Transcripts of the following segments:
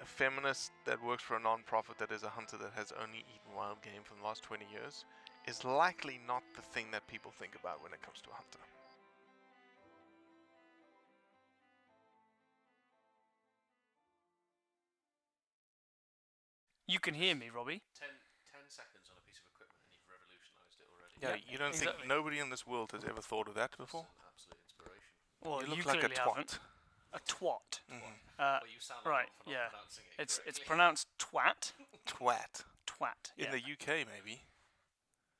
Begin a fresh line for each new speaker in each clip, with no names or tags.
a feminist that works for a non-profit that is a hunter that has only eaten wild game for the last 20 years is likely not the thing that people think about when it comes to a hunter.
You can hear me, Robbie.
Yeah, you don't
exactly.
think nobody in this world has ever thought of that before? you
Well,
Mm-hmm.
you,
look like a
clearly haven't.
twat.
A twat. Uh, right. yeah. it's it's pronounced twat.
Twat.
Twat.
In
yeah.
the UK, maybe.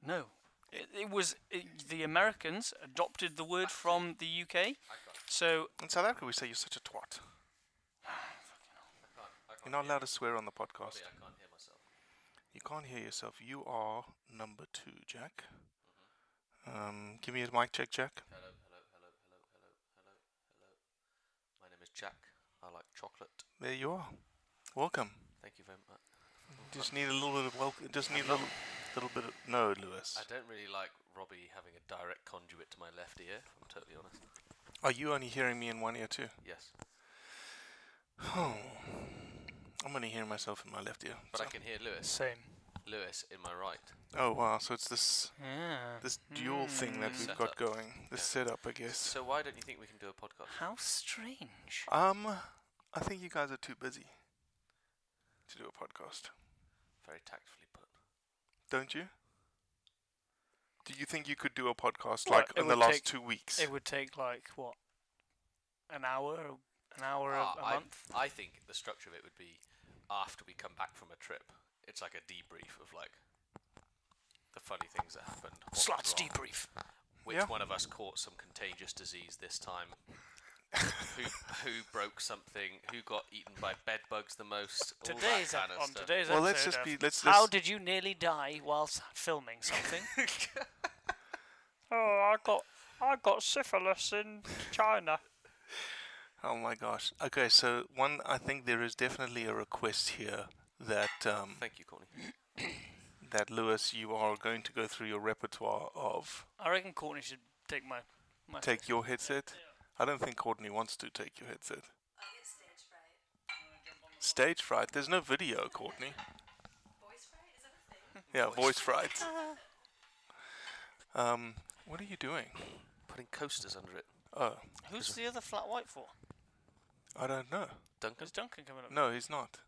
no. It, it was it, the Americans adopted the word from the UK. So
In South Africa, we say you're such a twat. You're not allowed to swear on the podcast. You can't hear yourself. You are number two, Jack.
Mm-hmm.
Um, give me a mic check, Jack.
Hello, hello, hello, hello, hello, hello, hello. My name is Jack. I like chocolate.
There you are. Welcome.
Thank you very much.
Just need a little bit of welcome. Just need a little, little bit of no, Lewis.
I don't really like Robbie having a direct conduit to my left ear, if I'm totally honest.
Are Oh, you only hearing me in one ear too?
Yes.
Oh, I'm only hearing myself in my left ear.
But I
so-
can hear Lewis.
same.
Lewis in my right.
Oh wow! So it's this
Yeah. Hmm.
this dual thing that
Mm.
we've
Setup.
got going. This setup, I guess.
So why don't you think we can do a podcast?
How strange.
Um, I think you guys are too busy to do a podcast,
Very tactfully put.
don't you? Do you think you could do a podcast
Well,
like
it
in the
would
last
take-
two weeks?
It would take like what? An hour? An hour
Ah,
a, a
I,
month?
I think the structure of it would be after we come back from a trip. It's like a debrief of like the funny things that happened. what went
Slots
wrong.
debrief.
Which
Yeah.
one of us caught some contagious disease this time? who who broke something? Who got eaten by bed bugs the most? All that
Today's ep-
kind of
on
stuff.
today's
Well,
episode.
let's just
of
be- let's-
How
let's-
did you nearly die whilst filming something? oh, I got I got syphilis in China.
Oh my gosh! Okay, so one, I think there is definitely a request here that um,
Thank you, Courtney.
that Lewis, you are going to go through your repertoire of
I reckon Courtney should take my my.
take your headset. I don't think Courtney wants to take your headset. Stage fright. There's no video, Courtney. Voice fright? Is that a thing? Yeah, voice fright. Um, what are you doing?
Putting coasters under it.
Oh,
Who's the other flat white for?
I don't know.
Duncan?
Is Duncan coming up?
No, he's not.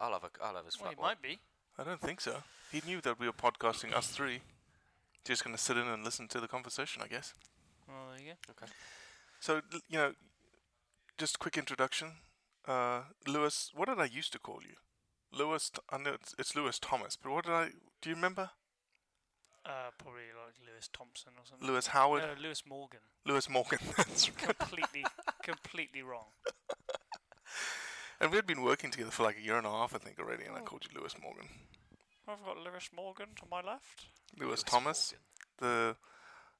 I'll have a. I'll have his
Well,
flat
he
white.
might be.
I don't think so. He knew that we were podcasting us three. Just gonna sit in and listen to the conversation, I guess.
Well, there you go.
Okay.
So l- you know, just quick introduction. Uh, Lewis, what did I used to call you? Lewis. T- I know it's, it's Lewis Thomas, but what did I? Do you remember?
Uh, probably like Lewis Thompson or something.
Lewis Howard,
No, Lewis Morgan.
Lewis Morgan. That's right.
Completely, completely wrong.
And we had been working together for like a year and a half, I think, already,
Hmm.
and I called you Lewis Morgan.
I've got Lewis Morgan to my left.
Lewis, Thomas. The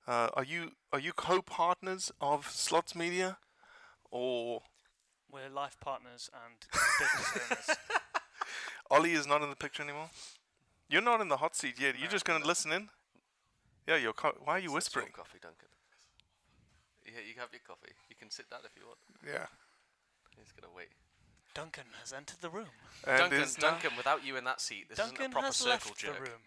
uh, are you are you co-partners of Slots Media, or
We're life partners and business owners.
Ollie is not in the picture anymore? You're not in the hot seat yet. You're just going to listen in. Yeah, you're. Co- why are you
It's your
whispering?
coffee, Duncan. Yeah, you have your coffee. You can sit down if you want.
Yeah.
He's gonna wait.
Duncan has entered the room.
And
Duncan,
is now-
Duncan, without you in that seat, this
Duncan
isn't a proper
has
circle
left
jerk.
the room.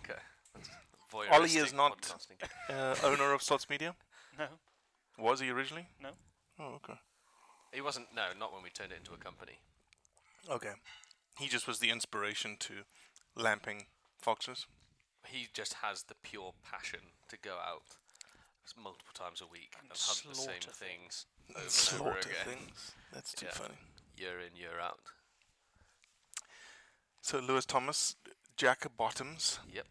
Okay. That's
Ollie is
voyeuristic
not-
podcasting.
uh, owner of Slots Media.
No,
Was he originally?
no.
Oh, okay.
He wasn't. No, not when we turned it into a company.
Okay. He just was the inspiration to lamping foxes.
He just has the pure passion to go out s- multiple times a week and, hunt the same
slaughter
things over and over
Slaughter
again,
things. That's too
Yeah.
funny.
year in year out.
So Lewis Thomas, Jack Bottoms,
Yep,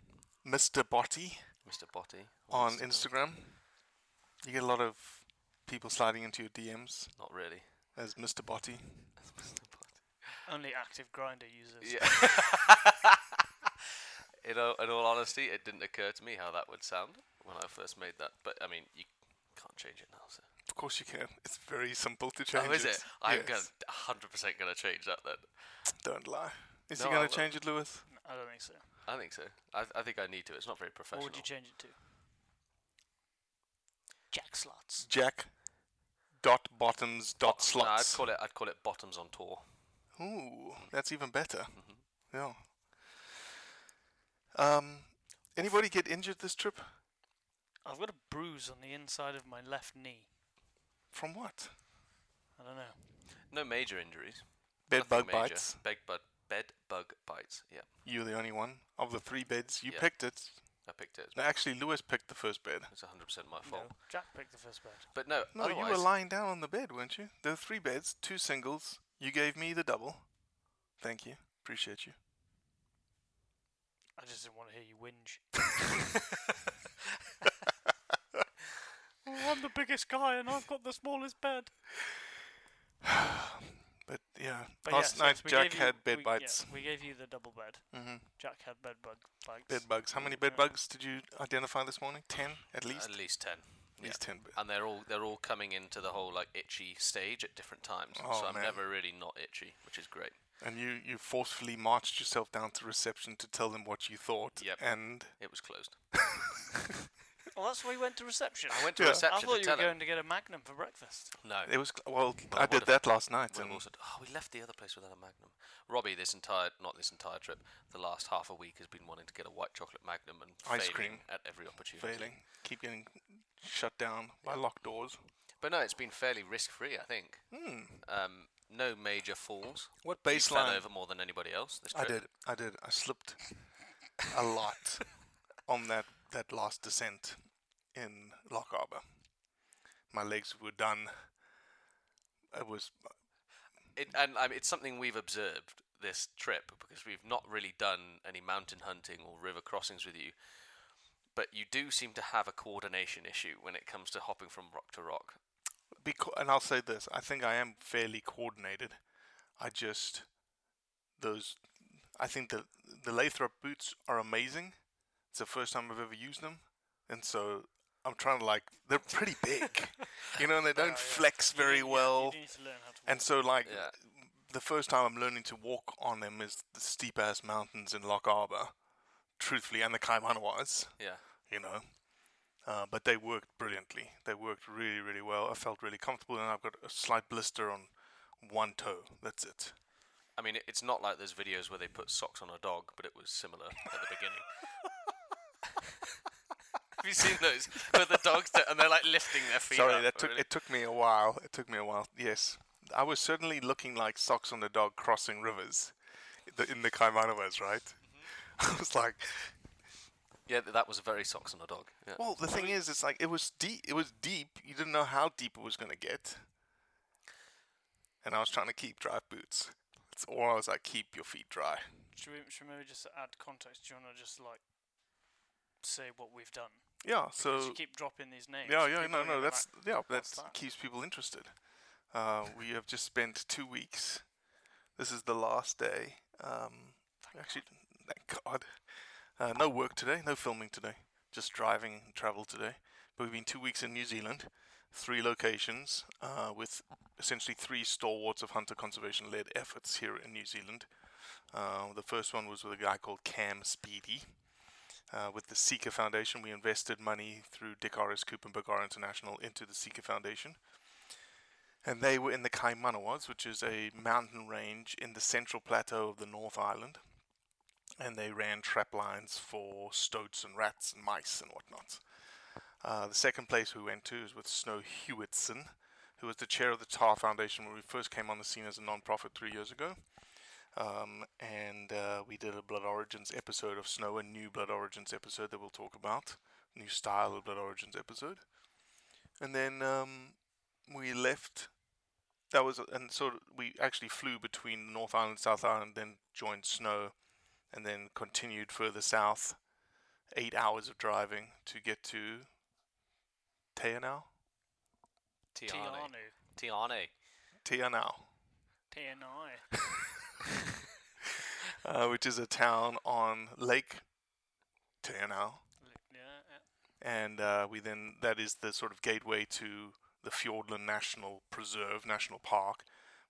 Mr. Botty
Mr. Botty
on
Mr.
Instagram. You get a lot of people sliding into your DMs
Not really.
as Mr. Botty.
That's Mr. Botty.
Only active grinder users.
Yeah. in, all, in all honesty, it didn't occur to me how that would sound when I first made that. But I mean, you can't change it now, so.
Of course you can. It's very simple to change
Oh, is it? I'm
Yes.
gonna 100 percent gonna change that then.
Don't lie. Is
No,
he
I
going
won't.
to change it, Lewis?
I don't think so.
I think so. I, I think I need to. It's not very
What
professional.
would you change it to? Jack slots.
Jack dot bottoms dot
No, I'd
slots.
call it. I'd call it bottoms on tour.
Ooh, that's even better.
Mm-hmm.
Yeah. Um, anybody get injured this trip?
I've got a bruise on the inside of my left knee.
From what?
I don't know.
No major injuries.
Bed
Nothing
bug
major.
bites.
Bed bug. Bed bug bites. Yeah,
You're the only one of the three beds. You
Yeah.
picked it.
I picked it.
No, actually, Lewis picked the first bed.
It's 100 percent my fault.
No, Jack picked the first bed.
But no.
No, you were
otherwise-
lying down on the bed, weren't you? There were three beds, two singles. You gave me the double. Thank you. Appreciate you.
I just didn't want to hear you whinge. Oh, I'm the biggest guy and I've got the smallest bed.
But yeah,
But yeah,
last
so
night
Oh, we
Jack
gave you-
had bed
we, yeah,
bites.
we gave you the double bed.
hmm
Jack had bed bug bites.
Bed bugs. How many bed bugs did you identify this morning? Ten, at least.
At least 10.
At least ten. Bed.
And they're all they're all coming into the whole like itchy stage at different times.
Oh,
so I'm
man.
never really not itchy, which is great.
And you, you forcefully marched yourself down to reception to tell them what you thought.
Yep.
And
It was closed.
Well, that's why you went to reception.
I went to
Yeah.
I
reception
thought
to
you were
tell
going to get a Magnum for breakfast.
them. No.
it was cl- well.
Well,
I
what
did
if-
that last night.
We've
and
also d- oh, we left the other place without a Magnum. Robbie, this entire not this entire trip, the last half a week has been wanting to get a white chocolate Magnum and
Ice
failing
cream.
at every opportunity.
failing. Keep getting shut down by locked doors.
But no, it's been fairly risk free, I think.
Hmm.
Um, no major falls.
What
You fell
baseline?
over more than anybody else. This
I
trip.
did. I did. I slipped a lot on that that last descent in Lock Harbour. My legs were done. It was
It, and I mean, it's something we've observed this trip because we've not really done any mountain hunting or river crossings with you. But you do seem to have a coordination issue when it comes to hopping from rock to rock.
because, and I'll say this: I think I am fairly coordinated. I just those. I think the the Lathrop boots are amazing. It's the first time I've ever used them, and so I'm trying to like they're pretty big, you know, and they don't flex
You
very
need- yeah,
well.
you need to learn how to
And so, like,
Yeah.
the first time I'm learning to walk on them is the steep ass mountains in Lock Harbour, truthfully, and the Kaimanawas,
Yeah.
you know. Uh, but they worked brilliantly. They worked really, really well. I felt really comfortable, and I've got a slight blister on one toe. That's it.
I mean, it- it's not like those videos where they put socks on a dog, but it was similar at the beginning. Have you seen those? Where the dogs do- and they're like lifting their feet.
Sorry,
up,
that took
really.
it took me a while. It took me a while. Yes, I was certainly looking like socks on the dog crossing rivers, the, in the Kaimanawas, right? I was like,
Yeah, th- that was very socks on a dog. Yeah.
well, the thing is, it's like it was deep. It was deep. You didn't know how deep it was gonna get, and I was trying to keep dry boots. It's all I was like, keep your feet dry.
Should we, should we maybe just add context? Do you want to just like say what we've done?
Yeah.
Because
So
you keep dropping these names.
Yeah, yeah,
people
no,
are gonna
no,
be
that's
like,
yeah,
"What's
that keeps people interested. Uh, we have just spent two weeks. This is the last day. Um, actually, thank God. Uh, no work today, no filming today. Just driving and travel today. But we've been two weeks in New Zealand, three locations, uh, with essentially three stalwarts of hunter conservation led efforts here in New Zealand. Uh, the first one was with a guy called Cam Speedy. Uh, with the Seeker Foundation, we invested money through Dick Aris Cooper and Bagar International into the Seeker Foundation. And they were in the Kaimanawas, which is a mountain range in the central plateau of the North Island. And they ran trap lines for stoats and rats and mice and whatnot. Uh, the second place we went to is with Snow Hewitson, who was the chair of the TAR Foundation when we first came on the scene as a non-profit three years ago. Um, and uh, we did a Blood Origins episode of Snow, a new Blood Origins episode that we'll talk about, new style of Blood Origins episode. And then um, we left. That was and so we actually flew between North Island, South Island, then joined Snow, and then continued further south. Eight hours of driving to get to Teanau.
Tiane.
Tianu.
Tiane.
Teanau.
TNI.
uh, which is a town on Lake Teanau.
yeah, yeah.
And uh, we then, that is the sort of gateway to the Fiordland National Preserve, National Park,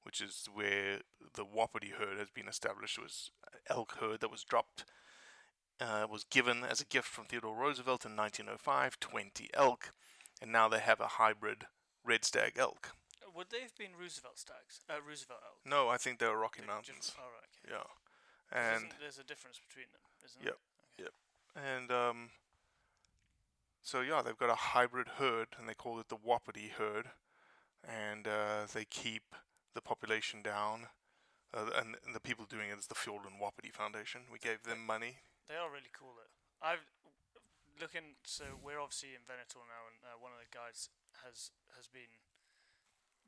which is where the Wapiti herd has been established. It was uh, elk herd that was dropped, uh, was given as a gift from Theodore Roosevelt in 1905, 20 elk. And now they have a hybrid red stag elk.
uh, Would they have been Roosevelt stags? Uh, Roosevelt elk.
No, I think they were Rocky
They're
Mountains.
different- oh, right, okay.
Yeah.
'Cause
And
isn't- there's a difference between them, isn't
Yep.
there?
Yep. And um, so yeah, they've got a hybrid herd, and they call it the Wapiti herd, and uh, they keep the population down. Uh, and, and the people doing it is the Fiordland Wapiti Foundation. We gave them money.
They are really cool though. I've looking. So we're obviously in Venetor now, and uh, one of the guys has has been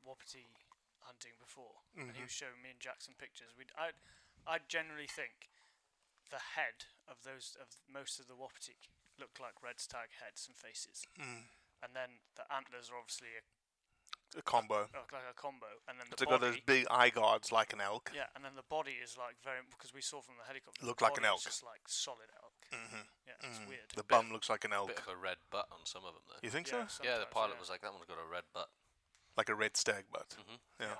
wapiti hunting before, and he
Mhm.
was showing me and Jack some pictures. We'd I I generally think the head of those of most of the wapiti look like red stag heads and faces,
Mm.
and then the antlers are obviously a,
A combo.
look like a combo, and then the
They've got
body.
those big eye guards like an elk.
yeah, and then the body is like very because we saw from the helicopter. the
Looked like an
body was
elk.
just like solid elk.
Mhm.
Yeah, it's
Mm.
weird.
The bum looks like an
Bit
elk.
of a red butt on some of them though.
You think
Yeah,
so?
Yeah, the
sometimes,
pilot
yeah.
was like, "That one's got a red butt."
Like a red stag butt.
Mhm.
Yeah.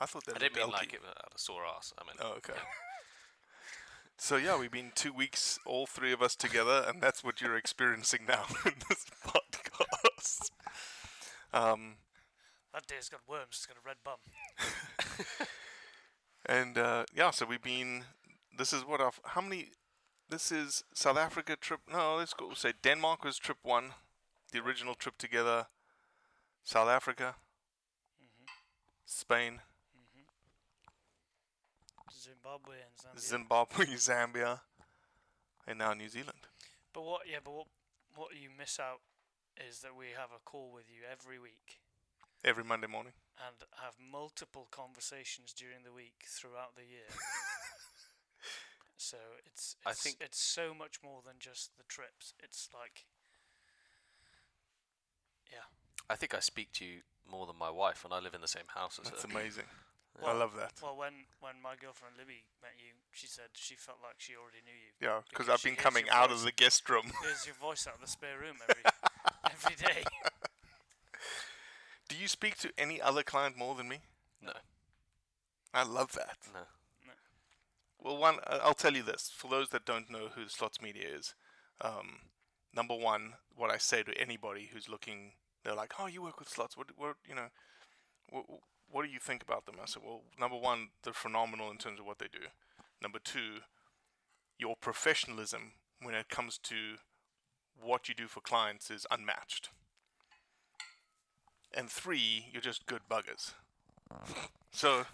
I thought they
I didn't
looked
mean like
elky.
it had a sore ass. I mean,
Oh, okay. so yeah, we've been two weeks, all three of us together, and that's what you're experiencing now in this podcast. Um,
That deer's got worms. It's got a red bum.
and uh, yeah, so we've been. This is what our how many? This is South Africa trip. No, let's go say Denmark was trip one, the original trip together. South Africa, Spain,
Zimbabwe and Zambia.
Zimbabwe, Zambia, and now New Zealand.
but what? Yeah, but what? What you miss out is that we have a call with you every week
Every Monday morning.
and have multiple conversations during the week throughout the year. so it's, it's
I think-
it's so much more than just the trips. It's like yeah.
I think I speak to you more than my wife, and I live in the same house as
That's
her.
amazing. I
Well-
love that.
Well, when when my girlfriend Libby met you, she said she felt like she already knew you.
Yeah, because
because
I've
she
been
hears
coming
your
out
voice.
of the guest room.
Hears your voice out of the spare room every every day.
Do you speak to any other client more than me?
No,
I love that.
no.
Well, one, I- I'll tell you this for those that don't know who Slots Media is. Um, number one, what I say to anybody who's looking, they're like, "Oh, you work with Slots? What? What? You know, wh- wh- what do you think about them? I said, well, number one, they're phenomenal in terms of what they do. Number two, your professionalism when it comes to what you do for clients is unmatched. And three, you're just good buggers. So,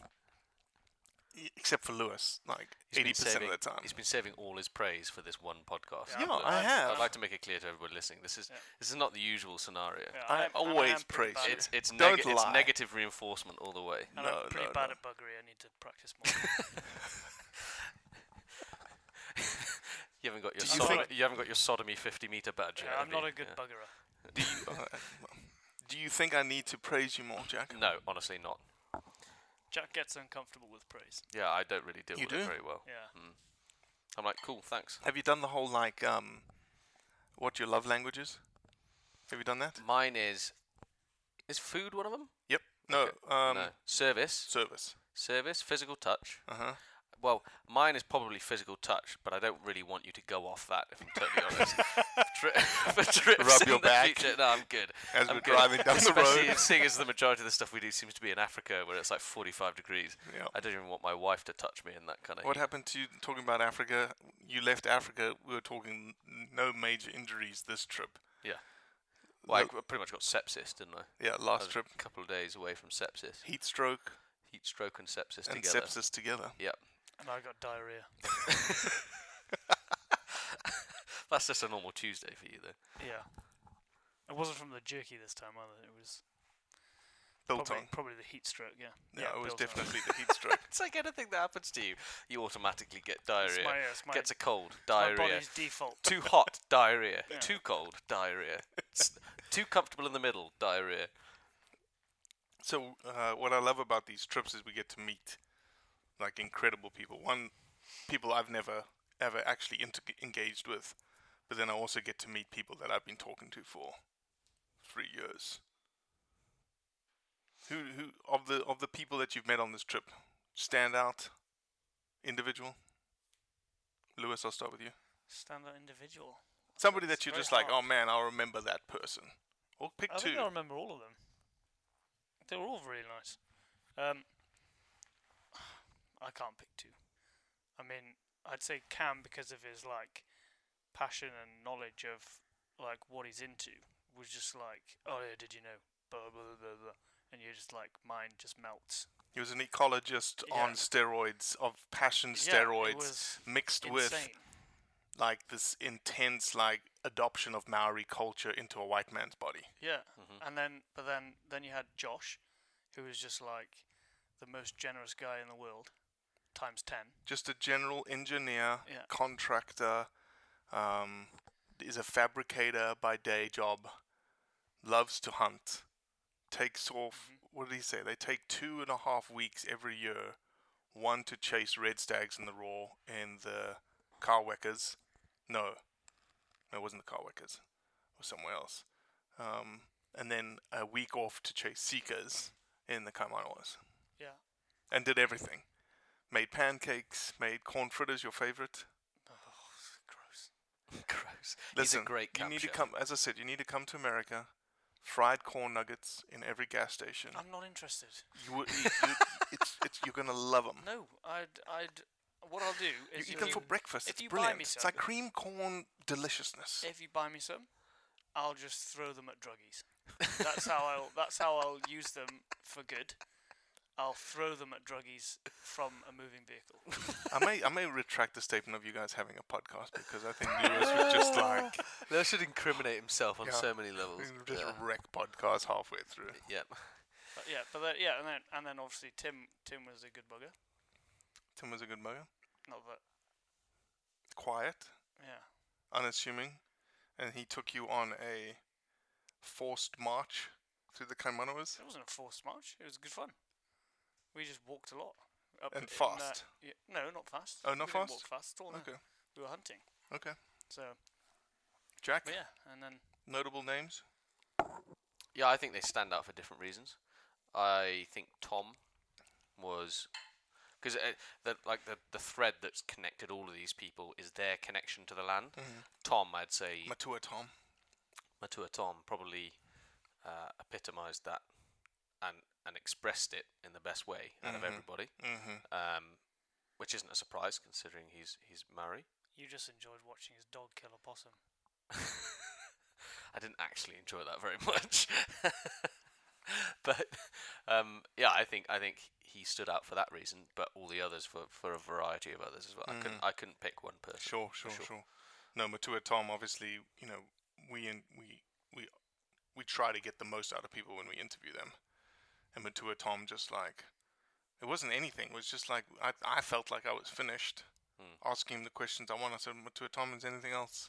e- except for Lewis, like
He's been
eighty percent of
saving-
the time.
He's been saving all his praise for this one podcast.
Yeah,
But
I have.
I'd like to make it clear to everybody listening: this is this is not the usual scenario.
Yeah,
I
I'm- and I
always
am pretty
praise you.
It's it's,
Don't
neg- it's
lie.
negative reinforcement all the way.
And I'm pretty bad at buggery. I need to practice more.
You haven't got
Do
your
you
sodom-
think-
you haven't got your sodomy fifty meter badge.
Yeah,
yet,
I'm
have you?
not a good
Yeah.
buggerer.
Do you, uh, do you think I need to praise you more, Jack?
No, honestly not.
Jack gets uncomfortable with praise.
Yeah, I don't really deal
You
with
do?
it very well.
Yeah.
Hmm.
Mm. I'm like, cool, thanks.
Have you done the whole like um, what your love language is? Have you done that?
Mine is is food one of them?
Yep. No. Um,
no, service,
Service.
service, physical touch.
Uh huh.
Well, mine is probably physical touch, but I don't really want you to go off that. If I'm totally honest, Tri- for trips
Rub
in
your
the
back
future, no, I'm good.
as
I'm
we're
good.
driving down the
Especially
road.
seeing as the majority of the stuff we do seems to be in Africa, where it's like 45 degrees.
Yeah.
I don't even want my wife to touch me in that kind of.
What happened to you talking about Africa? You left Africa. We were talking n- no major injuries this trip.
Yeah. Well, I
Look-
g- pretty much got sepsis, didn't I?
Yeah,
I
last
was
trip.
A couple of days away from sepsis,
Heat stroke
heat stroke, and sepsis
and
together.
sepsis together.
Yep.
And I got diarrhea.
That's just a normal Tuesday for you, though.
Yeah. It wasn't from the jerky this time either. It was
Built on.
probably, probably the heat stroke. Yeah.
Yeah, it was
built on.
definitely the heat stroke.
It's like anything that happens to you, you automatically get diarrhea.
my- it's my-
gets a cold,
My
diarrhea.
body's default.
Too hot, diarrhea. Too cold, diarrhea. S- Too comfortable in the middle, diarrhea.
So uh, what I love about these trips is we get to meet like incredible people. One, people I've never ever actually inter- engaged with, but then I also get to meet people that I've been talking to for three years. Who who of the of the people that you've met on this trip stand out? Individual. Lewis, I'll start with you.
Standout individual.
Somebody
It's
that you're
very
just like,
hard.
oh man, I'll remember that person. Or pick
I
two.
think I remember all of them. They were all really nice. Um, I can't pick two. I mean, I'd say Cam because of his like passion and knowledge of like what he's into was just like, oh yeah, did you know? Blah blah blah blah. blah. And you're just like, mine just melts.
He was an ecologist
Yeah.
on steroids, of passion
Yeah, it
steroids,
was
mixed with
Insane.
like this intense like adoption of Maori culture into a white man's body.
Yeah,
Mm-hmm.
and then but then then you had Josh, who was just like the most generous guy in the world, times ten.
Just a general engineer,
Yeah.
contractor, um, is a fabricator by day job, loves to hunt, takes off. What did he say? They take two and a half weeks every year, one to chase red stags in the raw and the Carweckers. No, no, it wasn't the Carweckers. It was somewhere else. Um, and then a week off to chase seekers in the Kaimanawas
Yeah,
and did everything. Made pancakes, made corn fritters, your favorite.
gross.
Gross.
Listen,
He's a great
you
camp
need to
chef.
come. As I said, you need to come to America. Fried corn nuggets in every gas station.
I'm not interested.
You would, you, you, it's, it's, you're gonna love them.
No, I'd I'd what I'll do
you
is
eat
if
them
you-
for breakfast.
if
It's
you buy me
brilliant. It's
some-
like cream corn deliciousness.
If you buy me some, I'll just throw them at druggies. that's how I'll that's how I'll use them for good. I'll throw them at druggies from a moving vehicle.
I may I may retract the statement of you guys having a podcast because I think Lewis was uh, just like
Lewis should incriminate himself on
Yeah.
so many levels.
just
yeah.
wreck podcast halfway through.
Yep.
But yeah, but then, yeah, and then and then obviously Tim Tim was a good bugger.
Tim was a good mugger.
Not that
Quiet,
yeah.
unassuming, and he took you on a forced march through the Kaimanawas.
It wasn't a forced march. It was good fun. We just walked a lot. Up
And
in, uh,
fast?
yeah- no, not fast.
Oh, not
we didn't
fast?
walk fast at all. no.
Okay.
We were hunting.
Okay.
So,
Jack,
but yeah, and then
notable names?
Yeah, I think they stand out for different reasons. I think Tom was because that like the the thread that's connected all of these people is their connection to the land.
Mm-hmm.
Tom, I'd say
Matua Tom.
Matua Tom probably uh, epitomised that, and and expressed it in the best way out of
Mhm.
everybody,
Mhm.
um, which isn't a surprise considering he's he's Maori.
You just enjoyed watching his dog kill a possum.
I didn't actually enjoy that very much, but um, yeah, I think I think he stood out for that reason, but all the others for, for a variety of others as well. I couldn't
Mhm.
I couldn't pick one person.
Sure,
for
sure, sure, No, Matua Tom, obviously, you know, we in, we we we try to get the most out of people when we interview them, and Matua Tom just like it wasn't anything. It was just like I I felt like I was finished
Hmm.
asking him the questions I wanted. I said, Matua Tom, is anything else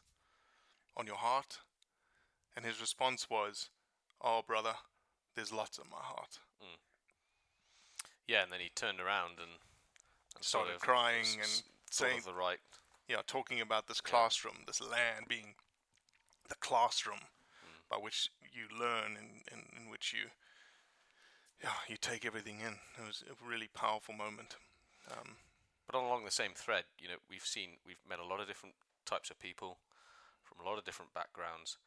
on your heart? And his response was, "Oh, brother, there's lots on my heart."
Yeah, and then he turned around and, and sort
started
of
crying
s-
and
s- sort
saying
of the right
yeah talking about this classroom this land being the classroom by which you learn and in, in, which you yeah you take everything in it was a really powerful moment um,
But along the same thread, you know, we've seen we've met a lot of different types of people from a lot of different backgrounds,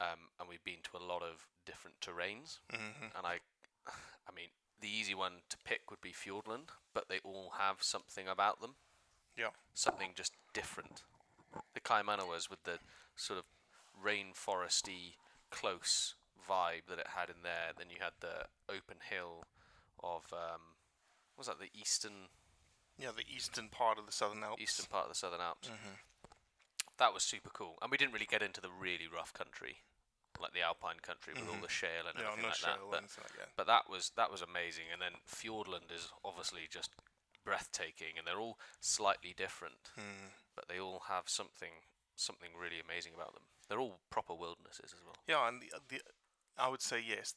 um, and we've been to a lot of different terrains.
Mhm.
And I, I mean, the easy one to pick would be Fjordland, but they all have something about them,
yeah
something just different. The Kaimanawas with the sort of rainforesty, close vibe that it had in there. Then you had the open hill of um, what was that the eastern
yeah the eastern part of the southern alps
eastern part of the Southern Alps.
Mhm.
That was super cool, and we didn't really get into the really rough country, like the alpine country with all
Mhm.
the shale and
Yeah,
everything
no
like
shale
that. But,
and stuff like that.
but that was that was amazing, and then Fjordland is obviously just breathtaking, and they're all slightly different,
Mm.
but they all have something something really amazing about them. They're all proper wildernesses as well.
yeah and the, uh, the i would say yes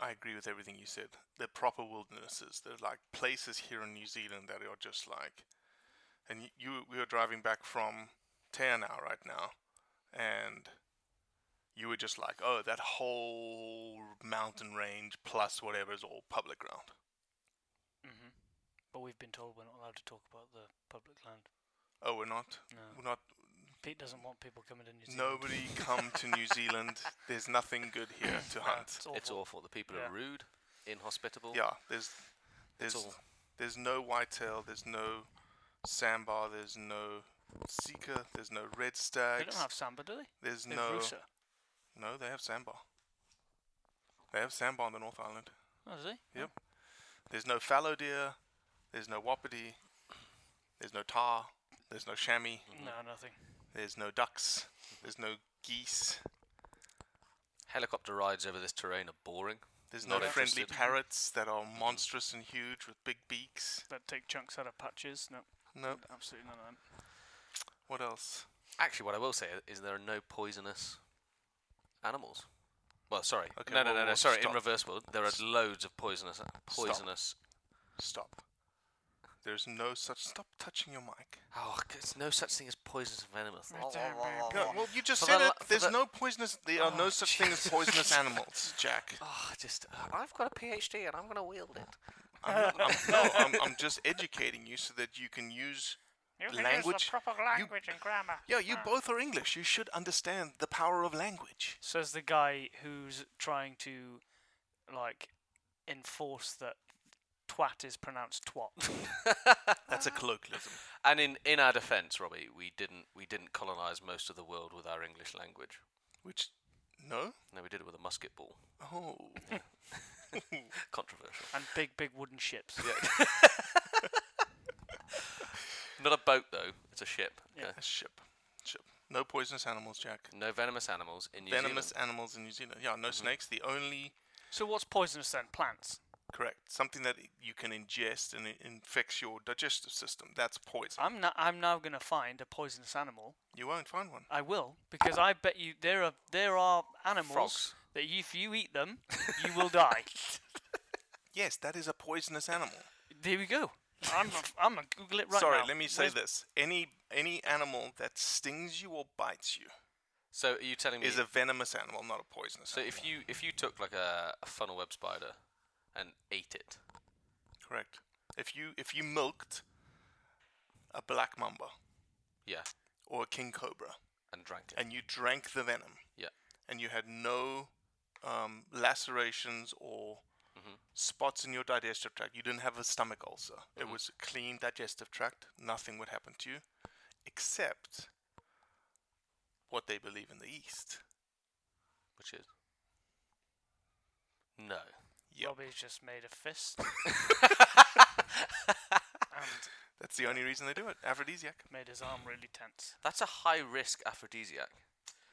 i agree with everything you said they're proper wildernesses they're like places here in new zealand that are just like and y- you we were driving back from Tanau right now, and you were just like, oh, that whole mountain range plus whatever is all public ground.
Mm-hmm. But we've been told we're not allowed to talk about the public land.
Oh, we're not.
No.
We're not.
Pete doesn't want people coming to New Zealand.
Nobody come to New Zealand. There's nothing good here to hunt.
It's awful. The people
Yeah.
are rude, inhospitable.
Yeah, there's
It's
there's
all-
there's no whitetail. There's no sandbar. There's no seeker. There's no red
They
stags.
don't have samba, do they?
There's
They have
no.
Rusa.
No, they have sandbar. They have sandbar on the North Island.
Oh, do they?
Yep. There's no fallow deer. There's no wapiti. There's no tar. There's no chamois.
No, nothing.
There's no ducks. There's no geese.
Helicopter rides over this terrain are boring.
There's no
Not
friendly
interested.
parrots that are monstrous and huge with big beaks.
That take chunks out of patches. No.
No.
Absolutely none of them.
What else?
Actually, what I will say is there are no poisonous animals. Well, sorry.
Okay,
no, no,
well,
no, no.
well,
Sorry,
stop.
in reverse world, there are loads of poisonous, poisonous.
Stop. There's no such. Stop touching your mic.
Oh, there's no such thing as poisonous venomous.
No, well, you just
For
said
the
it.
lo- for
There's
the-
no poisonous. There are no
Oh,
such thing as
Jesus.
poisonous animals, Jack.
Oh, just I've got a PhD and I'm going to wield it.
I'm not, I'm, no, I'm, I'm just educating you so that you can use language.
proper language and grammar.
yeah, you both are English. You should understand the power of language.
Says the guy who's trying to, like, enforce that twat is pronounced twat.
That's a colloquialism.
And in, in our defence, Robbie, we didn't we didn't colonise most of the world with our English language.
Which, no?
No, we did it with a musket ball.
Oh.
Controversial.
and big, big wooden ships.
Not a boat though. It's a ship.
Yeah.
okay?
A ship. Ship. No poisonous animals, Jack.
No venomous animals in New
Venomous
Zealand.
animals in New Zealand. Yeah, no snakes. The only
So what's poisonous then? Plants.
correct something that i- you can ingest and it infects your digestive system. That's poison.
I'm no, I'm now going to find a poisonous animal.
You won't find one.
I will because I bet you there are there are animals
Frogs.
that if you eat them, you will die.
Yes, that is a poisonous animal.
There we go. I'm a, I'm gonna Google it right
Sorry,
now.
let me say
Where's-
this: any any animal that stings you or bites you
So are you telling me
is a venomous animal, not a poisonous.
So
animal.
if you if you took like a, a funnel web spider and ate it,
correct, if you if you milked a black mamba
yeah,
or a king cobra
and drank it,
and you drank the venom
yeah, Mm-hmm.
and you had no um, lacerations or spots in your digestive tract. You didn't have a stomach ulcer.
Mm-hmm.
It was a clean digestive tract. Nothing would happen to you, except what they believe in the East.
Which is no.
Robbie's just made a fist. and
That's the only reason they do it. Aphrodisiac.
made his arm really tense.
That's a high risk aphrodisiac.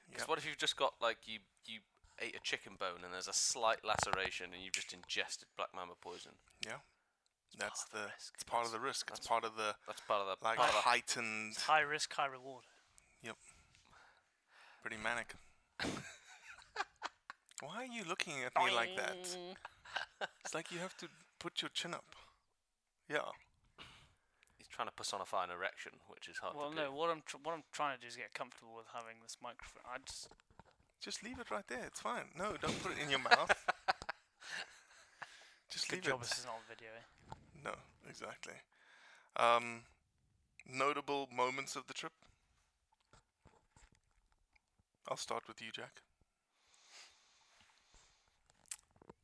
Because
Yep.
what if you've just got like you you ate a chicken bone and there's a slight laceration and you've just ingested black mamba poison?
Yeah. That's
part of the
the.
risk.
It's part of the risk. It's part of the
That's part of the
like
part of the
heightened.
High risk, high reward.
Yep. Pretty manic. Why are you looking at me like that? It's like you have to put your chin up. Yeah.
He's trying to personify an erection, which is hard
Well,
to
no.
do.
What I'm tr- what I'm trying to do is get comfortable with having this microphone. I just
Just leave it right there. It's fine. No, don't put it in your mouth. Just
good
leave
job
it.
this is not video. eh?
No, exactly. Um, notable moments of the trip. I'll start with you, Jack.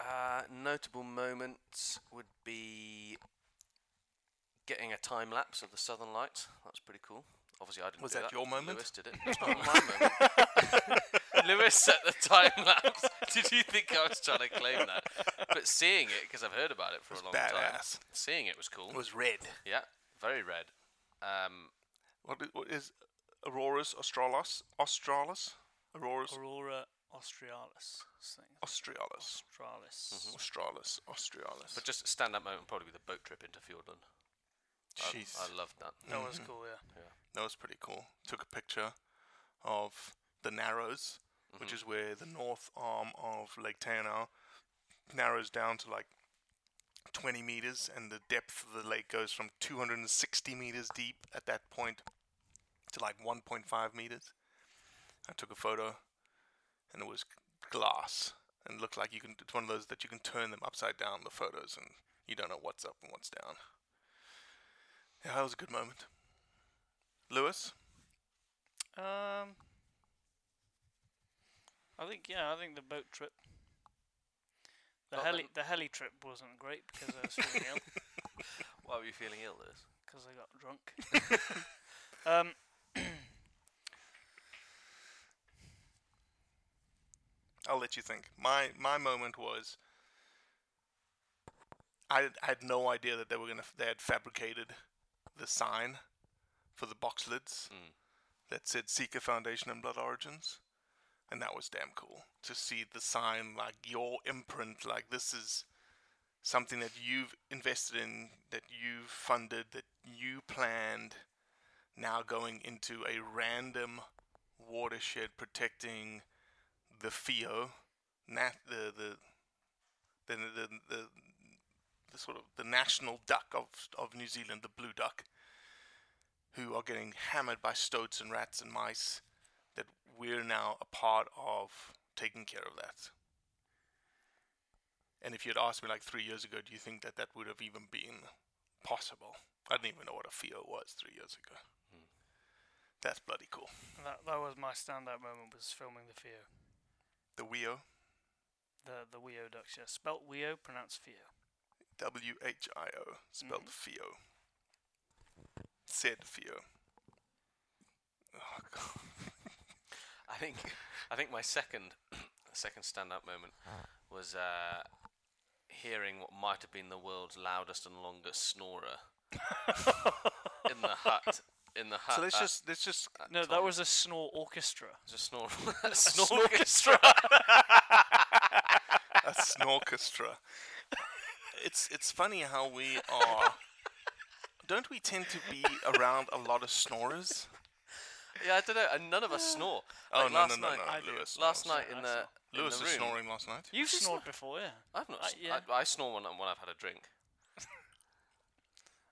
Uh, notable moments would be getting a time lapse of the Southern Lights. That's pretty cool. Obviously, I didn't.
Was
do
that your moment?
Lewis did it. It's not my moment. Lewis set the time lapse. Did you think I was trying to claim that? But seeing it, because I've heard about it for
was
a long
badass.
time. Seeing it was cool.
was red.
yeah, very red. Um,
What is, what is Auroras Australis? Australis? Auroras
Aurora australis. this thing.
Australis. Mm-hmm.
Australis.
Australis. Australis.
Mm-hmm. but just a stand-up moment, probably with the boat trip into Fiordland. I-
Jeez.
I, loved that. Mm-hmm.
That was cool. Yeah.
That was pretty cool. Took a picture of the Narrows, which is where the north arm of Lake Tana narrows down to like 20 meters, and the depth of the lake goes from 260 meters deep at that point to like 1.5 meters. I took a photo, and it was glass, and it looked like you can. It's one of those that you can turn them upside down the photos, and you don't know what's up and what's down. Yeah, that was a good moment. Lewis,
Um, I think yeah, I think the boat trip. The
Not
heli
them.
the heli trip wasn't great because I was feeling ill
Why were you feeling ill, Lewis?
because I got drunk. um,
I'll let you think. My my moment was. I, had- I had no idea that they were gonna f- they had fabricated the sign for the box lids that said Seeker Foundation and Blood Origins, and that was damn cool to see the sign like your imprint like this is something that you've invested in that you've funded that you planned now going into a random watershed protecting the Fio, nat- the, the, the, the, the, the sort of the national duck of, of New Zealand, the blue duck, who are getting hammered by stoats and rats and mice, that we're now a part of taking care of that. And if you'd asked me like three years ago, do you think that that would have even been possible? I didn't even know what a Fio was three years ago. That's bloody cool.
that that was my standout moment was filming the Fio,
The Wio,
the the Wio ducks. Yeah, spelt Wio, pronounced Fio.
W H I O, spelled
Mm-hmm.
Fio. Said Fio. Oh, God.
I think I think my second second stand-up moment
Ah.
was uh, hearing what might have been the world's loudest and longest snorer in the hut. In the hut.
So let's
at-
just let's just
at
No, that
Tom.
was a snore orchestra.
It's a snore. a snore orchestra.
a snorchestra. It's it's funny how we are. Don't we tend to be around a lot of snorers?
yeah, I don't know. And none of us snore.
Oh,
Like
no,
last
no, no,
night,
no, I do. Lewis
last
snores.
night in the in
Lewis
the
was
room,
snoring last night.
You've
Just
snored before, yeah.
I've not.
Uh,
s-
yeah.
I, I snore when, I- when I've had a drink.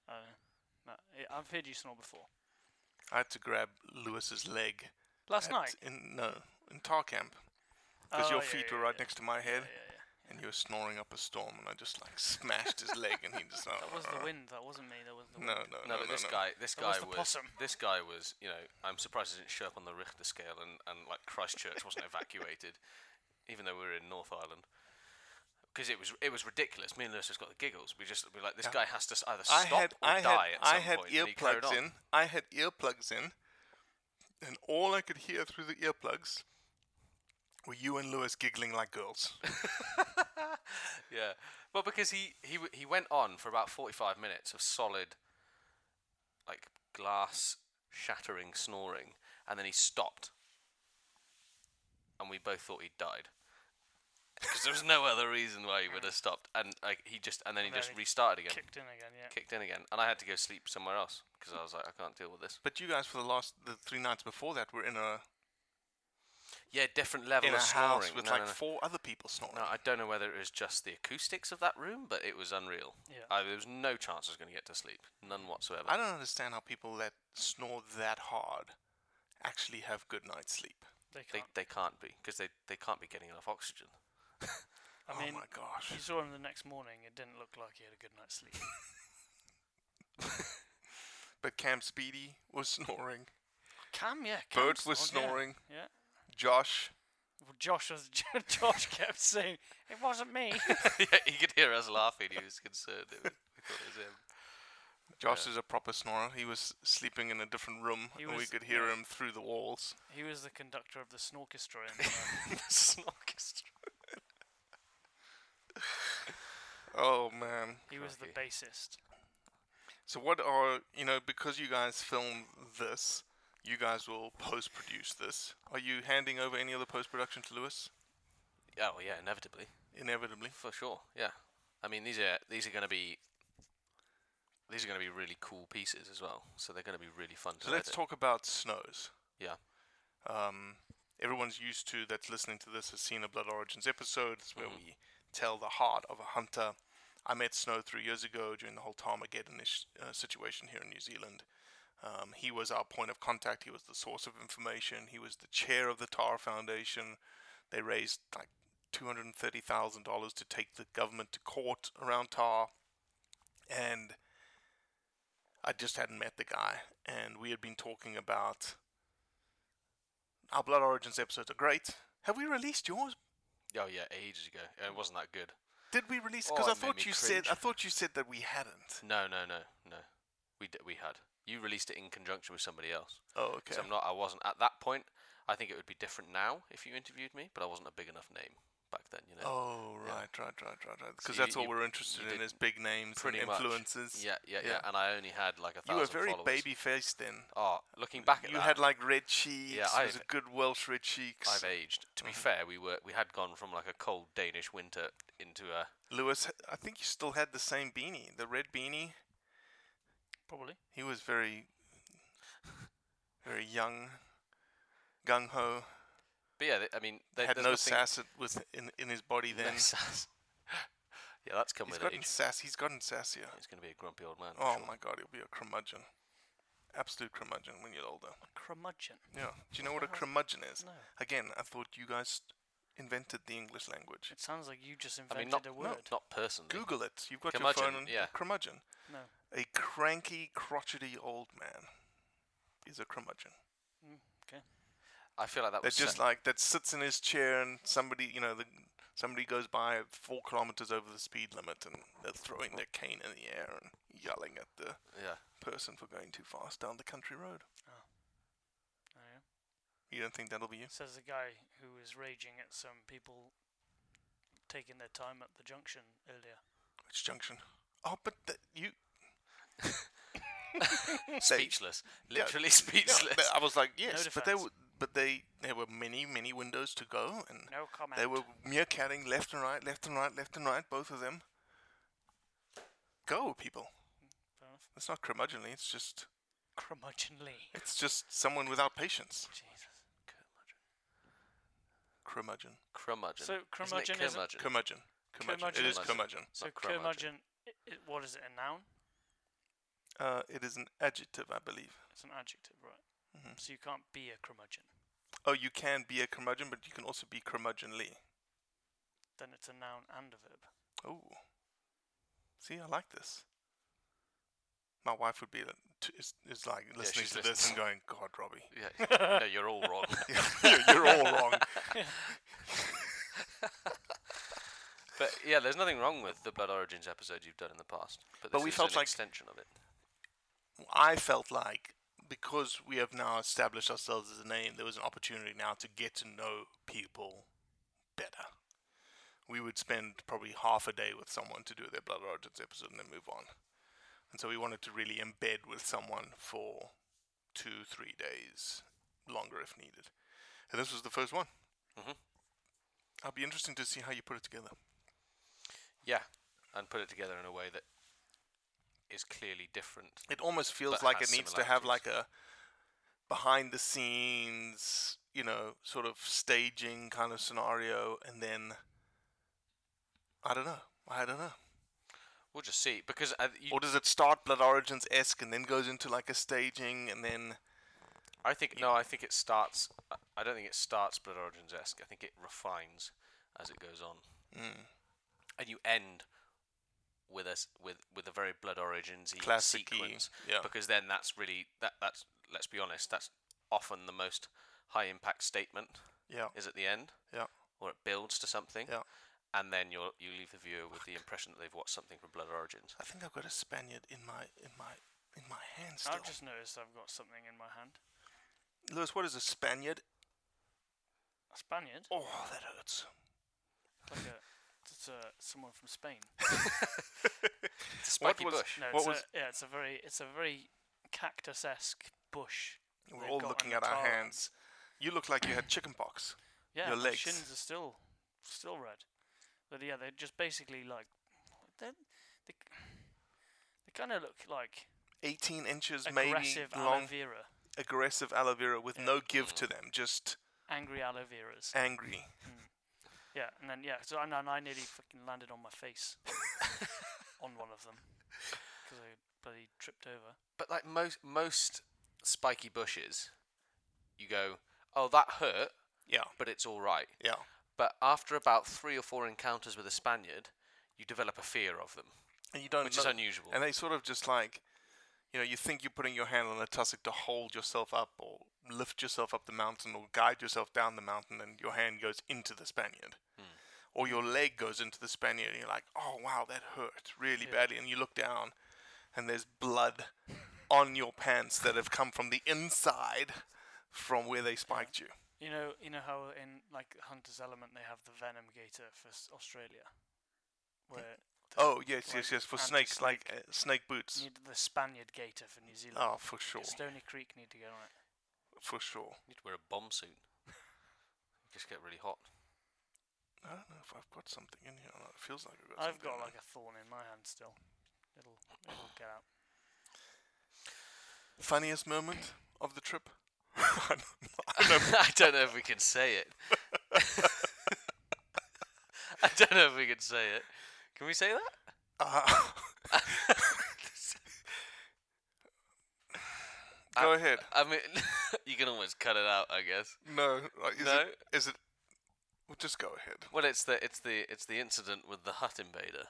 Oh, no, I- I've heard you snore before.
I had to grab Lewis's leg.
Last
at-
night.
In no, in tar camp, because
Oh,
your
yeah,
feet
yeah,
were right
yeah.
next to my head,
Yeah, yeah, yeah.
and you were snoring up a storm, and I just like smashed his leg, and he just like.
That was the wind. That wasn't me. That was the
No,
wind.
no,
No,
no,
but
no,
this
no.
guy, this
That was
guy
the
was,
possum.
this guy was, you know, I'm surprised he didn't show up on the Richter scale and, and like Christchurch wasn't evacuated, even though we were in North Ireland. because it was it was ridiculous. Me and Lewis just got the giggles. We just we were like this
Yeah.
guy has to s- either
I
stop
had
or
I
die
had
at some
I had
point. and he carried
earplugs
on.
in. I had earplugs in, and all I could hear through the earplugs were you and Lewis giggling like girls.
Yeah, well, because he he w- he went on for about forty five minutes of solid, like glass shattering snoring, and then he stopped, and we both thought he'd died. Because there was no other reason why he would have stopped, and like he just and then he
And then
just
he
restarted again,
Kicked in again, yeah.
kicked in again, and I had to go sleep somewhere else because I was like, I can't deal with this.
But you guys, for the last the three nights before that, were in a
Yeah, different level
in a
of snoring
house with
No,
like
no, no.
four other people snoring.
No, I don't know whether it was just the acoustics of that room, but it was unreal.
Yeah.
I, there was no chance I was going to get to sleep, none whatsoever.
I don't understand how people that snore that hard actually have good night's sleep.
They
They,
can't.
they can't be because they, they can't be getting enough oxygen.
I mean,
oh my gosh!
you saw him the next morning. It didn't look like he had a good night's sleep.
But Cam Speedy was snoring.
Cam, yeah. Cam
Bert was
snored, yeah,
snoring.
Yeah.
Josh,
Well, Josh was. Josh kept saying it wasn't me.
yeah, you could hear us laughing. He was concerned. It was, we thought it was him.
Josh is a proper snorer. He was sleeping in a different room,
He
and we
was-
could hear
yeah.
him through the walls.
he was the conductor of the snorchestra. In the,
The snorkest.
Oh man!
he was the bassist.
So what are you know because you guys filmed this, you guys will post-produce this. Are you handing over any other post-production to Lewis?
Oh yeah, inevitably
Inevitably.
for sure. Yeah, I mean these are these are going to be these are going to be really cool pieces as well. So they're going to be really fun to
Uh,
So let's
edit.
talk about snows.
Yeah,
um, everyone's used to that's listening to this has seen a Blood Origins episode. It's where we tell the heart of a hunter. I met Snow three years ago during the whole Tarmageddon ish, uh, situation here in New Zealand. Um, he was our point of contact. He was the source of information. He was the chair of the Tar Foundation. They raised like two hundred and thirty thousand dollars to take the government to court around Tar, and I just hadn't met the guy. And we had been talking about our Blood Origins episodes are great. Have we released yours?
oh yeah, ages ago. It wasn't that good.
Did we release?
Oh,
Because I
it made
thought
me
you said
cringe.
I thought you said that we hadn't.
No, no, no, no. We d- we had. You released it in conjunction with somebody else.
Oh, okay.
So I'm not. I wasn't at that point. I think it would be different now if you interviewed me, but I wasn't a big enough name back then. You know.
Oh, right, right, right, right, right. Because
you-
that's all
you-
we're interested
you
in
did
is big names
Pretty
and
much.
influences.
Yeah, yeah, yeah, And I only had like a thousand.
you were very
followers.
baby faced then.
Oh, looking back at
you
that,
had like red cheeks.
Yeah,
there was
I've-
a good Welsh red cheeks.
I've aged. To
Mm-hmm.
be fair, we were we had gone from like a cold Danish winter into a
Lewis, I think you still had the same beanie, the red beanie.
Probably.
He was very, very young, gung ho.
But yeah, th- I mean, there,
Had
there's
no
nothing-
sass it was in, in his body
no
then.
sass. yeah, that's come
He's
with
gotten
age.
sass. He's gotten sassier.
He's going to be a grumpy old man. for
Oh
sure.
my god, he'll be a curmudgeon. Absolute curmudgeon when you're older.
Curmudgeon.
Yeah. Do you know what a curmudgeon is?
No.
Again, I thought you guys invented the English language.
It sounds like you just
I
invented
mean, not
a
not,
word.
not personally.
Google it. You've got your
Curmudgeon,
phone. and
yeah.
Curmudgeon.
No.
A cranky, crotchety old man is a curmudgeon.
Mm, Okay.
I feel like that
That
was
just
set-
like that sits in his chair and somebody, you know, the, somebody goes by at four kilometers over the speed limit and they're throwing their cane in the air and yelling at the
yeah.
person for going too fast down the country road.
There you go.
You don't think that'll be you?
Oh, Says the guy who was raging at some people taking their time at the junction earlier.
Which junction? Oh, but th- you. They-
Speechless,
yeah,
literally
yeah,
speechless.
but I was like, yes, but there
defense.
were, but they there were many many windows to go, and
No comment.
they were meerkatting left and right, left and right, left and right, both of them. Go, people!
Fair enough.
It's not curmudgeonly. It's just
Curmudgeonly.
it's just someone without patience.
Jesus, curmudgeon.
Curmudgeon,
Curmudgeon.
So
Isn't it
curmudgeon is a-
curmudgeon?
curmudgeon, curmudgeon. It
Curmudgeon.
is
Curmudgeon.
curmudgeon.
So
not curmudgeon.
curmudgeon, i i what is it, a noun?
Uh, it is an adjective, I believe.
It's an adjective, right?
Mm-hmm.
So you can't be a curmudgeon.
Oh, you can be a curmudgeon, but you can also be curmudgeonly.
Then it's a noun and a verb.
Oh. See, I like this. My wife would be like, t- is, is like listening
she's
to this and
listening.
going, God, Robbie,
Yeah. no, you're all wrong.
you're, you're all wrong.
But yeah, yeah, there's nothing wrong with the Blood Origins episode you've done in the past, but,
But
this
we
is
felt
an
like-
extension of it.
I felt like because we have now established ourselves as a name, there was an opportunity now to get to know people better. We would spend probably half a day with someone to do their Blood Origins episode and then move on. And so we wanted to really embed with someone for two, three days, longer if needed. And this was the first one.
Mhm.
I'll be interesting to see how you put it together.
Yeah, and put it together in a way that is clearly different.
It almost feels
but
like it
has
needs to have
similarities.
like a behind the scenes, you know, sort of staging kind of scenario, and then I don't know, I don't know.
We'll just see because I, you,
Or does it start Blood Origins esque and then goes into like a staging, and then
I think no, I think it starts. I- I don't think it starts Blood Origins esque. I think it refines as it goes on,
mm,
and you end with a s- with with a very Blood Origins
Classic-y,
sequence.
yeah.
Because then that's really that that's let's be honest, that's often the most high impact statement
yeah,
is at the end,
yeah,
or it builds to something,
yeah.
and then you you leave the viewer with the impression that they've watched something from Blood Origins.
I think I've got a Spaniard in my in my in my hand still.
I've just noticed I've got something in my hand.
Lewis, what is a Spaniard?
A Spaniard?
Oh, that hurts.
Like a, it's a, someone from Spain.
It's a
What
spiky
was-
bush.
No,
What
it's
was-
a, yeah, it's a very, it's a very cactus-esque bush.
We're
they've
all
got on
looking
the
at our
car.
hands. You look like you had chicken pox.
Yeah,
your
my
legs.
shins are still, still red. But yeah, they're just basically like, they're, they, they kind of look like
18 inches maybe
aggressive
long.
aloe vera,
aggressive aloe vera with no give to them, just
angry aloe veras.
angry.
Yeah, and then yeah, so and then I nearly fucking landed on my face on one of them because I bloody tripped over.
But like most most spiky bushes, you go, oh that hurt,
Yeah,
but it's all right.
yeah,
But after about three or four encounters with a Spaniard, you develop a fear of them.
and you don't.
Which is
know-
unusual.
And they sort of just like, you know, you think you're putting your hand on a tussock to hold yourself up or lift yourself up the mountain or guide yourself down the mountain, and your hand goes into the Spaniard.
Hmm.
Or your leg goes into the Spaniard, and you're like, oh wow, that hurt really badly. And you look down, and there's blood on your pants that have come from the inside from where they spiked you.
You know, you know how in like Hunter's Element they have the Venom Gator for s- Australia, where the-
Oh yes, yes,
like
yes. For snakes,
anti-snake-
like uh, snake boots.
need the Spaniard Gator for New Zealand.
Oh, for sure,
Stony Creek need to get on it.
for sure.
You need to wear a bomb suit. Just get really hot.
I don't know if I've got something in here. Or not. It feels like I've got.
I've
something
got
in
like a thorn in my hand still. It'll it'll get out.
there. funniest moment of the trip.
I don't know if we can say it. I don't know if we can say it. Can we say that?
Uh, Go
I-
ahead.
I mean, you can always cut it out, I guess.
No, like, is
No?
it? Is it? Well, just go ahead.
Well, it's the it's the it's the incident with the hut invader,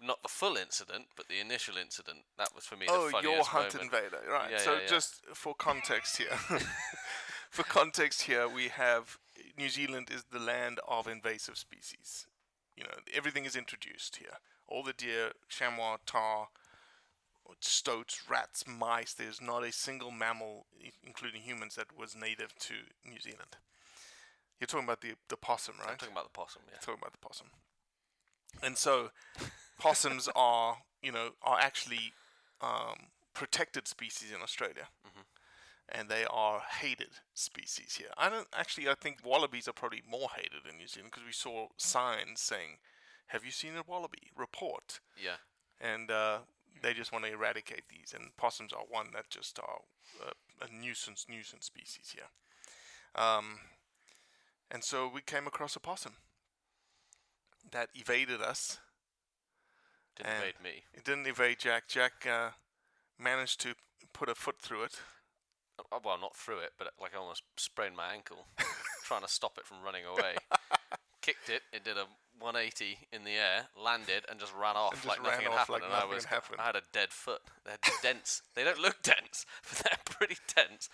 not the full incident, but the initial incident. That was for me.
oh,
the funniest
your hunt
moment.
invader, right?
Yeah,
so
yeah, yeah.
just for context here, for context here, we have New Zealand is the land of invasive species. You know, everything is introduced here. All the deer, chamois, tar, stoats, rats, mice. There's not a single mammal, i- including humans, that was native to New Zealand. You're talking about the the possum, right?
I'm talking about the possum. Yeah.
talking about the possum. And so, possums are, you know, are actually um, protected species in Australia, and they are hated species here. I don't actually. I think wallabies are probably more hated in New Zealand because we saw signs saying, "Have you seen a wallaby? Report."
Yeah.
and uh, they just want to eradicate these. And possums are one that just are uh, a nuisance, nuisance species here. Um, and so we came across a possum that evaded us.
Didn't
and
invade me.
It didn't evade Jack. Jack uh, managed to put a foot through it.
Uh, Well, not through it, but like I almost sprained my ankle trying to stop it from running away. Kicked it. It did a 180 in the air, landed, and just ran off
just
like nothing
ran
had
off
happened.
like
and
nothing
I was,
had happened.
I had a dead foot. They're dense. They don't look dense, but they're pretty dense.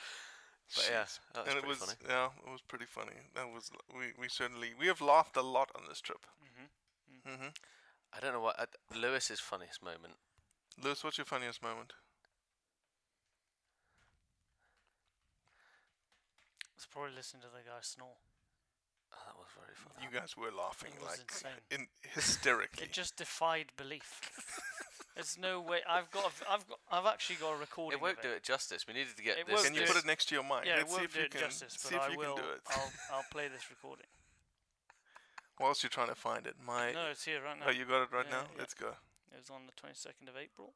But yeah,
Jeez.
that
and
was
it
pretty
was
funny.
yeah, it was pretty funny. That was we, we certainly we have laughed a lot on this trip.
I don't know what uh, Lewis's funniest moment.
Mm.
Lewis, what's your funniest moment?
was probably listening to the guy snore.
Oh, that was very funny.
You guys were laughing
It was
like
insane.
in hysterically.
It just defied belief. There's no way. I've got. A, I've got. I've actually got a recording.
It won't
of
do it justice. We needed to get
It
this.
won't
can you
do
put it next to your mic?
Yeah,
Let's see
it won't
if
do
you
it
can
justice,
see
but
if
I
you
will.
can do it.
I'll, I'll play this recording.
Whilst you're trying to find it, my
No, it's here right
oh,
now.
you got it right now.
Yeah, yeah.
Let's go.
It was on the 22nd of April.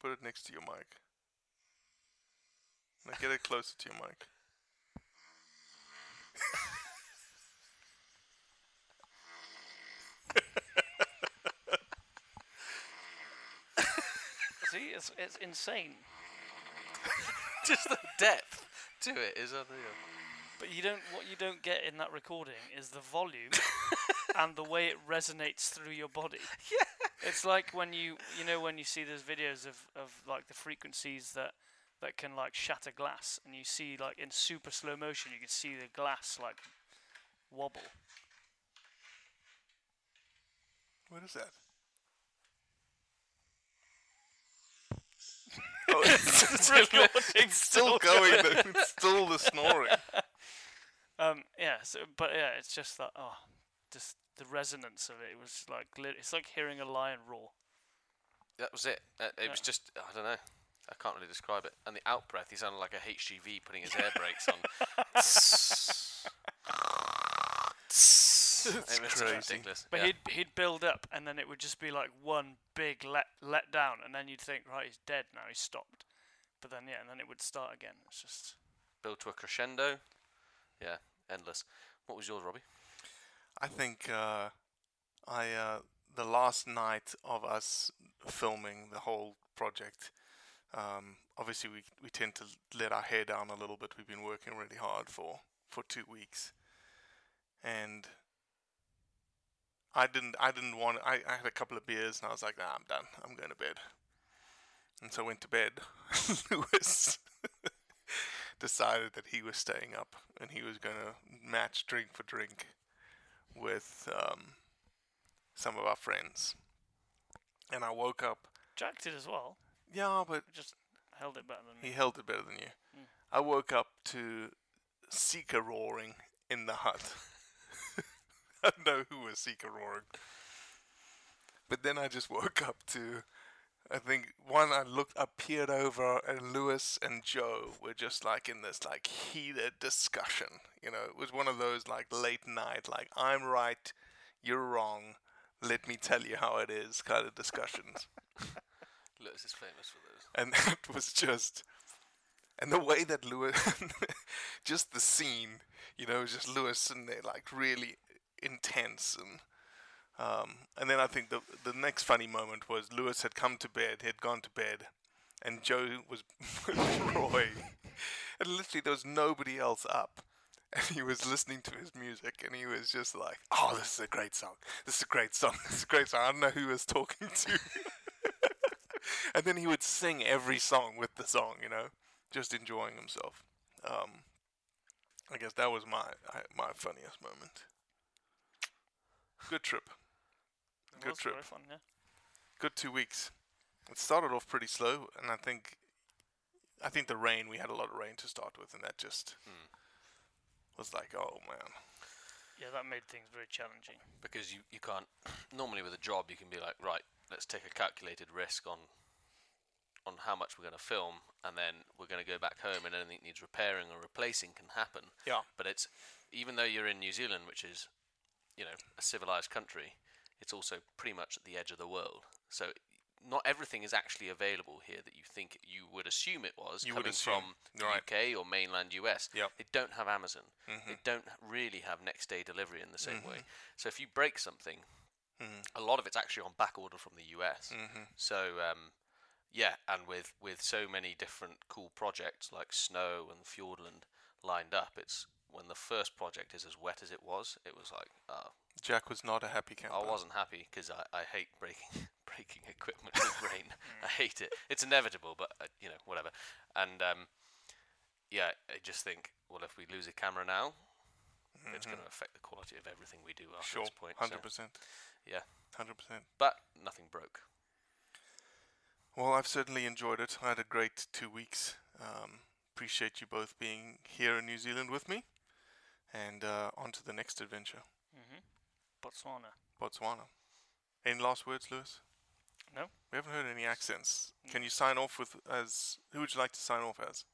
Put it next to your mic. Now get it closer to your mic.
See, it's it's insane.
Just the depth to it is unreal.
But you don't. What you don't get in that recording is the volume and the way it resonates through your body. Yeah. It's like when you you know when you see those videos of, of like the frequencies that that can like shatter glass, and you see like in super slow motion, you can see the glass like wobble.
What is that? oh, it's,
It's recording
still going. though. It's still the snoring.
Um, yeah, so, but yeah, it's just that, oh, just the resonance of it. It was like, lit- it's like hearing a lion roar.
That was it. Uh, it was just I don't know. I can't really describe it. And the out breath, he sounded like a HGV putting his air brakes on. it was
crazy.
ridiculous.
But
yeah.
he'd, he'd build up, and then it would just be like one big let, let down, and then you'd think, right, he's dead now, he's stopped. But then, yeah, and then it would start again. It's just,
build to a crescendo. Yeah, endless. What was yours, Robbie?
I think uh, I uh, the last night of us filming the whole project. Um, obviously, we we tend to let our hair down a little bit. We've been working really hard for for two weeks, and I didn't I didn't want I, I had a couple of beers and I was like, nah, I'm done. I'm going to bed. And so I went to bed. Lewis decided that he was staying up and he was going to match drink for drink with um, some of our friends. And I woke up.
Jack did as well,
Yeah, but
but just held it better than
he
me. Mm.
held it better than you. I woke up to Seeker roaring in the hut. I don't know who was Seeker roaring. But then I just woke up to, I think, one, I looked, I peered over, and Lewis and Joe were just like in this like heated discussion. You know, it was one of those like late night, like, I'm right, you're wrong, let me tell you how it is kind of discussions
Lewis is famous for those.
and that was just and the way that Lewis just the scene, you know, just Lewis sitting there like really intense and um, and then I think the the next funny moment was Lewis had come to bed, he had gone to bed, and Joe was with Roy, and literally there was nobody else up, and he was listening to his music, and he was just like, "Oh, this is a great song. This is a great song. This is a great song." I don't know who he was talking to, and then he would sing every song with the song, you know, just enjoying himself. Um, I guess that was my I, my funniest moment. Good trip.
It
Good
was very
trip
fun, yeah.
good two weeks. It started off pretty slow, and I think, I think the rain. We had a lot of rain to start with, and that just was like, oh man,
Yeah, that made things very challenging.
Because you, you can't normally with a job you can be like, right, let's take a calculated risk on on how much we're gonna film and then we're gonna go back home and anything that needs repairing or replacing can happen.
Yeah.
But it's even though you're in New Zealand, which is, you know, a civilized country, it's also pretty much at the edge of the world. So not everything is actually available here that you think you would assume it was
You would
coming
assume,
from
right.
UK or mainland US.
Yep.
They don't have Amazon. They don't really have next day delivery in the same way. So if you break something, a lot of it's actually on back order from the US. So um, yeah, and with with so many different cool projects like Snow and Fjordland lined up, it's when the first project is as wet as it was, it was like uh,
Jack was not a happy camper.
I wasn't happy because I, I hate breaking breaking equipment with rain. I hate it. It's inevitable, but uh, you know whatever. And um, yeah, I just think well, if we lose a camera now, it's going to affect the quality of everything we do after
sure,
this point. so,
hundred percent,
yeah,
hundred percent.
But nothing broke.
Well, I've certainly enjoyed it. I had a great two weeks. Um, appreciate you both being here in New Zealand with me, and uh, on to the next adventure,
Mm-hmm. Botswana.
Botswana. Any last words, Lewis?
No? Mm.
We haven't heard any accents. Can you sign off with as? Who would you like to sign off as?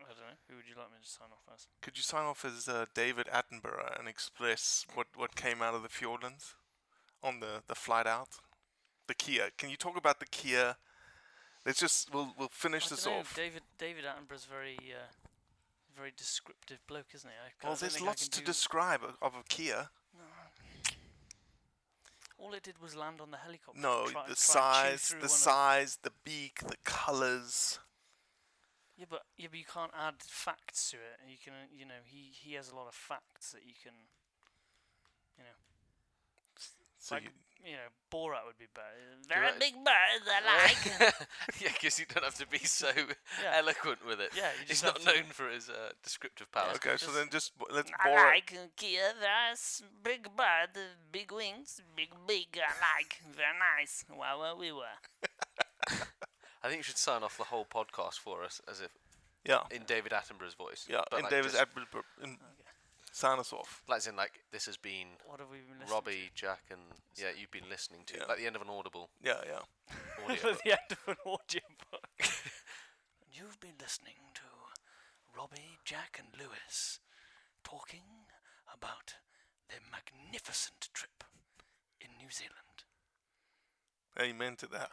I don't know. Who would you like me to sign off as?
Could you sign off as uh, David Attenborough and express what, what came out of the Fjordlands on the, the flight out? The Kia. Can you talk about the Kia? Let's just we'll we'll finish
I
this
dunno,
off.
David David Attenborough's very uh, very descriptive bloke, isn't he? I c- I
well,
don't
there's
think I
lots
can
to
do-
describe o- of a Kia.
All it did was land on the helicopter.
No,
and try-
the
try and chew
size,
through
the
one of-
size, the beak, the colors.
Yeah, but yeah, but you can't add facts to it. You can, uh, you know, he he has a lot of facts that you can, you know,
So
like
you,
you, know, Borat would be better.
I-
Very big birds, I like.
yeah, because you don't have to be so
Yeah.
eloquent with it.
Yeah, you
he's
just
not
have to-
known for his uh, descriptive powers.
okay, so
just-
then just bo- let's
I
bore.
like Kia. There's big bird, big wings, big big. I like. Very nice. Wow, wow, we were.
I think you should sign off the whole podcast for us as if
Yeah,
in David Attenborough's voice.
yeah.
but
And
like
David
just-
Attenborough. and Sign us off.
like as in like this has been
What have we been listening
Robbie, Jack, and yeah, you've been listening to
Yeah.
like the end of an audible
Yeah, yeah.
audio.
to? the end of an audiobook. And You've been listening to Robbie, Jack, and Lewis talking about their magnificent trip in New Zealand.
Amen to that.